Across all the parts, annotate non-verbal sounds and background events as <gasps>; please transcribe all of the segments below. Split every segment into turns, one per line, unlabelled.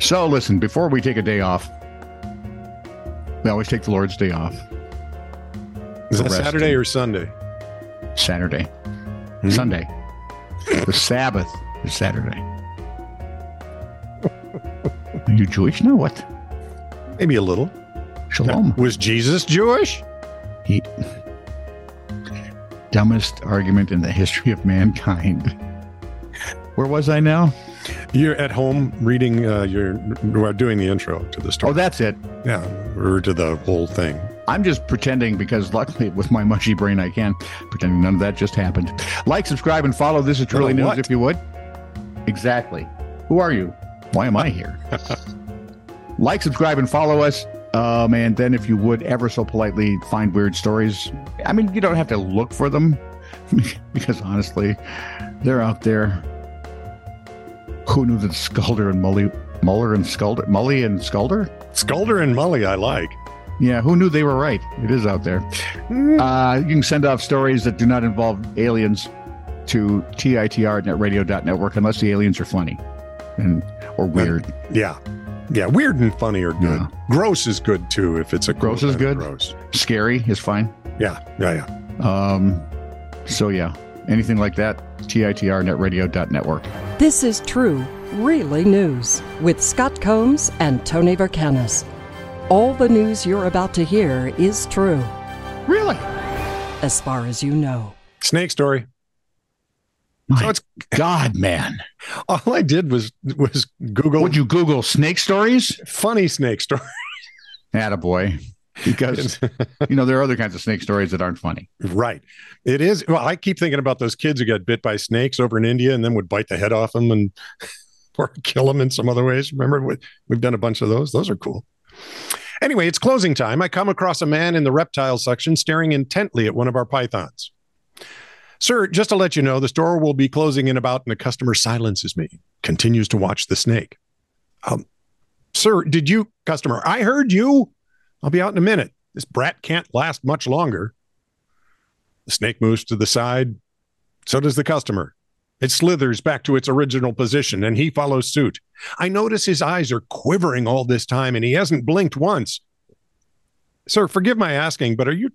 So listen, before we take a day off, we always take the Lord's Day off.
Is
The
that
rest
Saturday
day.
or Sunday?
Saturday, Sunday, the Sabbath is Saturday. <laughs> Are you Jewish now? What?
Maybe a little.
Shalom.
Was Jesus Jewish?
He, dumbest argument in the history of mankind. Where was I now?
You're at home reading. Uh, you're we're doing the intro to the story.
Oh, that's it.
yeah, or to the whole thing.
I'm just pretending because luckily with my mushy brain I can pretending none of that just happened. Like, subscribe, and follow. This is
Hello,
truly news
what?
if you would. Exactly. Who are you? Why am I
<laughs>
here? like, subscribe, and follow us. Um, and then if you would ever so politely find weird stories. I mean, you don't have to look for them <laughs> because honestly, they're out there. Who knew that Skulder and Mully, Muller and Skulder, Mully and Skulder?
Skulder and Mully, I like.
Yeah, who knew they were right? It is out there. Uh, you can send off stories that do not involve aliens to TITR at netradio.network unless the aliens are funny and or weird.
Yeah, yeah. Weird and funny are good.
Yeah.
Gross is good too. If it's a
Gross is
kind of
good?
Gross.
Scary is fine.
Yeah, yeah, yeah.
Um, so, yeah, anything like that, TITR netradio.network.
This is True, Really News with Scott Combs and Tony Vercanis. All the news you're about to hear is true,
Really?
as far as you know.
Snake story.
My
So it's
God, man.
all I did was was Google
Would you Google snake stories?
funny snake story.
Attaboy.
<laughs>
Because, you know, there are other kinds of snake stories that aren't funny.
Right. It is. Well, I keep thinking about those kids who got bit by snakes over in India and then would bite the head off them and <laughs> or kill them in some other ways. Remember, we, we've done a bunch of those. Those are cool. Anyway, it's closing time. I come across a man in the reptile section staring intently at one of our pythons. Sir, just to let you know, the store will be closing in about, and the customer silences me, continues to watch the snake. Um, sir, did you, customer, I heard you. I'll be out in a minute. This brat can't last much longer. The snake moves to the side. So does the customer. It slithers back to its original position and he follows suit. I notice his eyes are quivering all this time and he hasn't blinked once. Sir, forgive my asking, but are you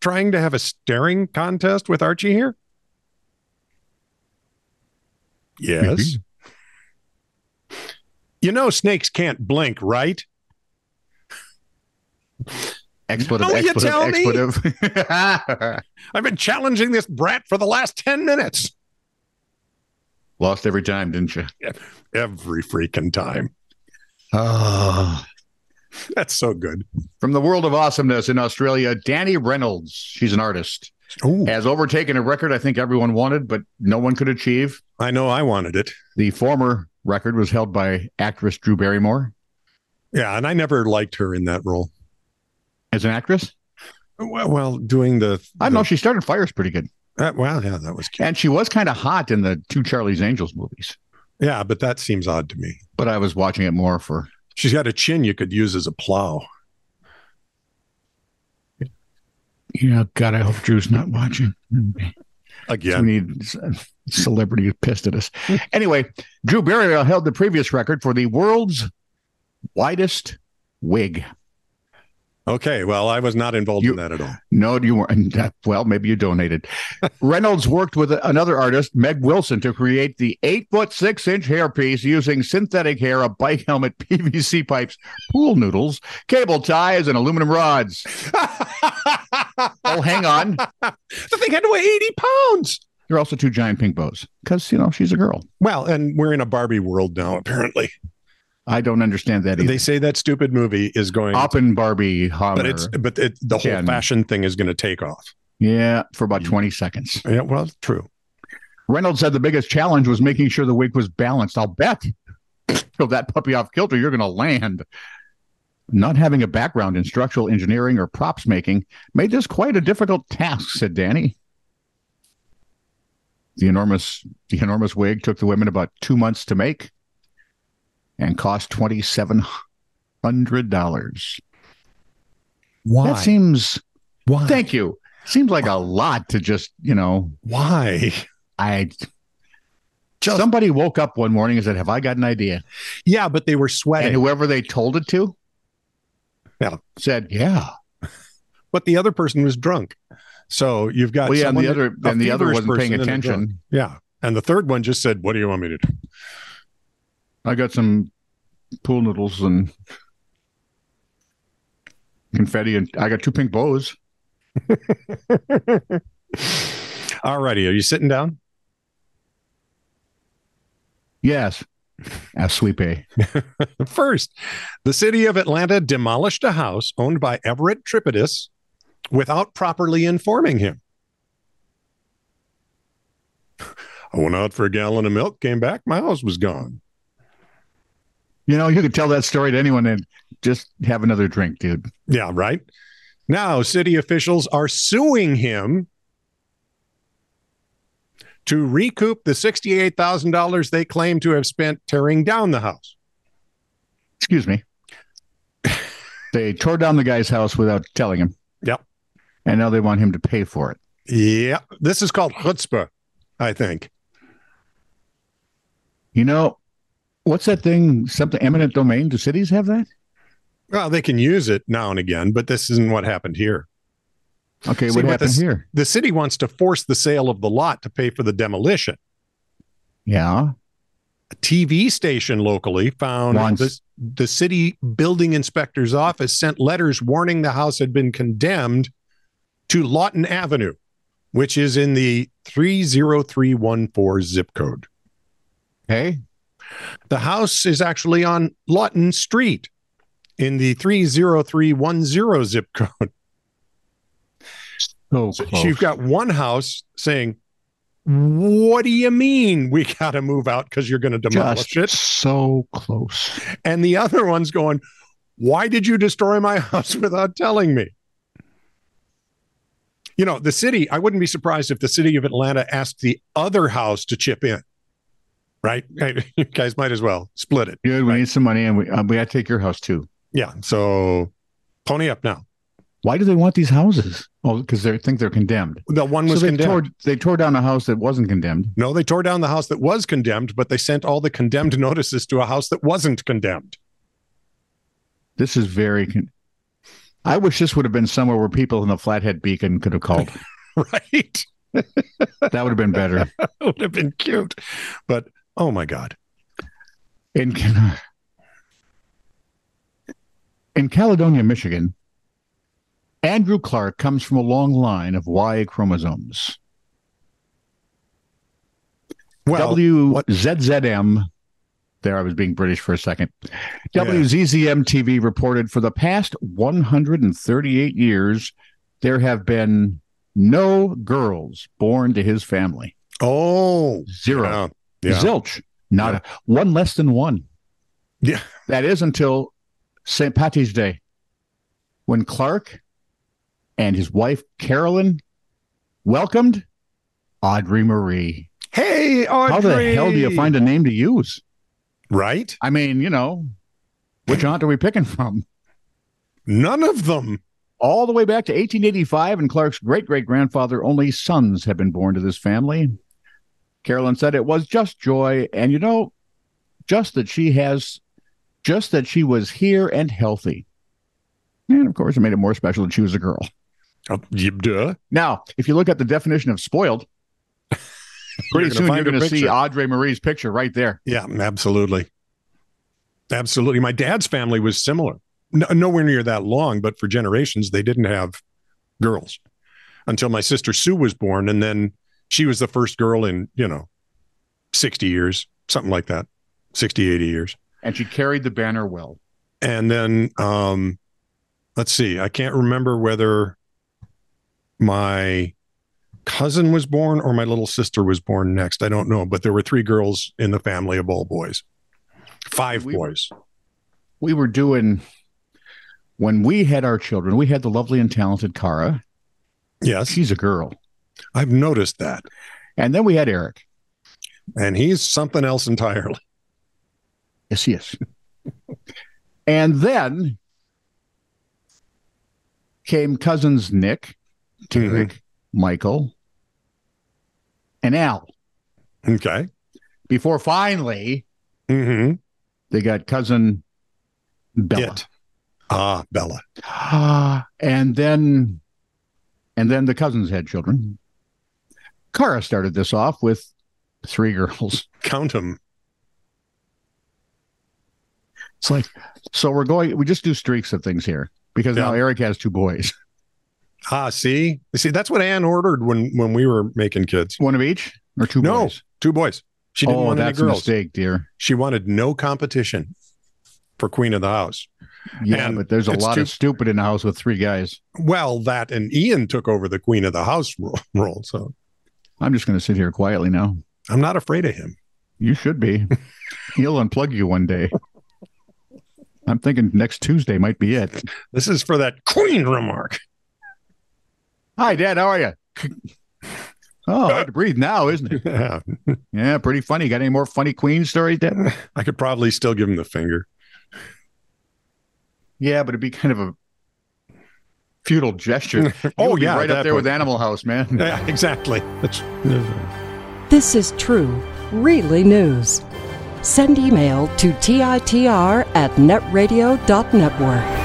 trying to have a staring contest with Archie here? Yes. You know, snakes can't blink, right?
Expletive,
Don't you
expletive,
tell me?
expletive. <laughs>
I've been challenging this brat for the last 10 minutes.
Lost every time, didn't you?
Every freaking time.
Ah.
That's so good.
From the world of awesomeness in Australia, Danny Reynolds, she's an artist,
Oh,
has overtaken a record I think everyone wanted, but no one could achieve.
I know I wanted it.
The former record was held by actress Drew Barrymore.
Yeah, and I never liked her in that role.
As an actress,
Well, well doing the
I don't know. She started fires pretty good,
know. well, yeah, that was cute.
and she was kind of hot in the two Charlie's Angels movies.
Yeah, but that seems odd to me.
But I was watching it more for
She's got a chin you could use as a plow.
yeah. God, I hope Drew's not watching.
Again,
We need c- celebrity pissed <laughs> at us. Anyway, Drew Barrymore held the previous record for the world's widest wig.
okay. Well, I was not involved
You-
in that at all.
No, you weren't. <laughs> Well, maybe you donated. Reynolds worked with another artist, Meg Wilson, to create the eight foot six inch hairpiece using synthetic hair, a bike helmet, <laughs> PVC pipes, pool noodles, cable ties, and aluminum rods. Oh, hang
<laughs>
on.
<laughs> the thing had to weigh eighty pounds.
There are also two giant pink bows because, you know, she's a girl.
Well, and we're in a Barbie world now. Apparently,
I don't understand that either.
they say that stupid movie is going,
Up and Barbie Hummer.
but it's but it, the whole
Jen.
fashion thing is going to take off.
yeah, for about 20 seconds.
Yeah, well, true.
Reynolds said the biggest challenge was making sure the wig was balanced. I'll bet. <laughs> Throw that puppy off kilter, you're going to land. Not having a background in structural engineering or props making made this quite a difficult task, said Danny. The enormous, the enormous wig took the women about two months to make, and cost twenty seven hundred dollars.
Why?
That seems.
Why?
Thank you. Seems like a lot to just you know
Why?
I
Just
Somebody woke up one morning and said, Have I got an idea?
<laughs> yeah, but they were
And
sweating.
whoever they told it to
Yeah.
said, Yeah.
but the other person was drunk. So you've got
Well, yeah, and
Uh, someone
the other
a
and the other
feverish
wasn't paying
person and a drunk.
attention.
Yeah. And the third one just said, What do you want me to do? <laughs>
I got some pool noodles and confetti and I got two pink bows.
All righty. Are you sitting down?
Yes. Ah, As Sweepe.
First, the city of Atlanta demolished a house owned by Everett Tripidis without properly informing him. <laughs> I went out for a gallon of milk, came back, my house was gone.
You know, you could tell that story to anyone and just have another drink, dude.
Yeah, right. Now, city officials are suing him to recoup the $68,000 they claim to have spent tearing down the house.
Excuse
<laughs>
me. they tore down the guy's house without telling him.
Yep.
And now they want him to pay for it.
Yeah, this is called chutzpah, I think.
You know, what's that thing? Something eminent domain? Do cities have that?
Well, they can use it now and again, but this isn't what happened here.
Okay,
See,
what
but
happened
this-
here?
The city wants to force the sale of the lot to pay for the demolition.
Yeah.
A TV station locally found
Once.
the, the city building inspector's office sent letters warning the house had been condemned to Lawton Avenue, which is in the 30314 zip code.
Okay.
The house is actually on Lawton Street in the 30310 zip code. <laughs>
So,
So
close.
you've got one house saying, What do you mean we got to move out because you're going to demolish
just
it?
so close.
And the other one's going, Why did you destroy my <laughs> house without telling me? You know, the city, I wouldn't be surprised if the city of Atlanta asked the other house to chip in, right? <laughs> You guys might as well split it.
Dude, we need some money and we, uh, we got to take your house too.
Yeah. So pony up now.
Why do they want these houses? Oh, because they think they're condemned.
The one was
so they
condemned.
tore, they tore down a house that wasn't condemned.
No, they tore down the house that was condemned, but they sent all the condemned notices to a house that wasn't condemned. <laughs>
This is very. Con- I wish this would have been somewhere where people in the Flathead Beacon could have called.
Right?
that would have been better.
That would have been cute. But oh my God.
In Cal- in Caledonia, Michigan, Andrew Clark comes from a long line of Y chromosomes.
Well,
WZZM. There, I was being British for a second.
Yeah.
WZZM TV reported for the past 138 years, there have been no girls born to his family.
oh,
Zero.
yeah. yeah.
Zilch. Not a, one less than one.
Yeah.
That is until St. Patty's Day when Clark and his wife, Carolyn, welcomed Audrey Marie.
Hey, Audrey.
How the hell do you find a name to use?
Right?
I mean, you know, which aunt are we picking from?
None of them.
All the way back to 1885, and Clark's great great grandfather, only sons have been born to this family. Carolyn said it was just joy, and you know, just that she has, just that she was here and healthy. And of course, it made it more special that she was a girl.
Oh, you, duh.
Now, if you look at the definition of spoiled, pretty
gonna
soon
find
you're
her
going to see
picture.
Audrey Marie's picture right there.
Yeah, absolutely. Absolutely. My dad's family was similar. No, nowhere near that long, but for generations, they didn't have girls until my sister Sue was born. And then she was the first girl in, you know, 60 years, something like that, 60, 80 years.
And she carried the banner well.
And then, um, let's see, I can't remember whether my cousin was born or my little sister was born next. I don't know, but there were three girls in the family of all boys, five
We-
boys.
we were doing when we had our children we had the lovely and talented kara
Yes,
she's a girl
I've noticed that.
and then we had eric
And he's something else entirely. <laughs>
yes yes and then came cousins nick
Mm-hmm.
derek michael and al
Okay.
before finally
Mm-hmm.
they got cousin Bella.
It. Ah, Bella.
<gasps> and then and then the cousins had children. Kara started this off with three girls.
Count them.
It's like so we're going we just do streaks of things here because now
Yeah.
Eric has two boys. <laughs>
Ah, see, You see, that's what Anne ordered when when we were making kids.
One of each or two
No,
boys.
Two boys. She didn't
oh,
want any
that's a
girls.
mistake, dear.
She wanted no competition for queen of the house.
Yeah,
And
but there's a
it's
lot
too-
of stupid in the house with three guys.
Well, that and Ian took over the queen of the house ro- role. So
I'm just going to sit here quietly now.
I'm not afraid of him.
You should
<laughs>
be. He'll unplug you one day. I'm thinking next Tuesday might be it.
This is for that queen remark. <laughs>
Hi, Dad. How are you? <laughs> Oh, hard to breathe now,
<laughs>
isn't it?
Yeah.
Yeah, pretty funny. Got any more funny Queen stories, Dad?
I could probably still give him the finger. <laughs>
Yeah, but it'd be kind of a futile gesture. You
<laughs> Oh,
would be
yeah.
right
at
up
that
there with
point.
Animal House, man.
Yeah, exactly. That's,
This is true, really news. Send email to TITR at netradio.network.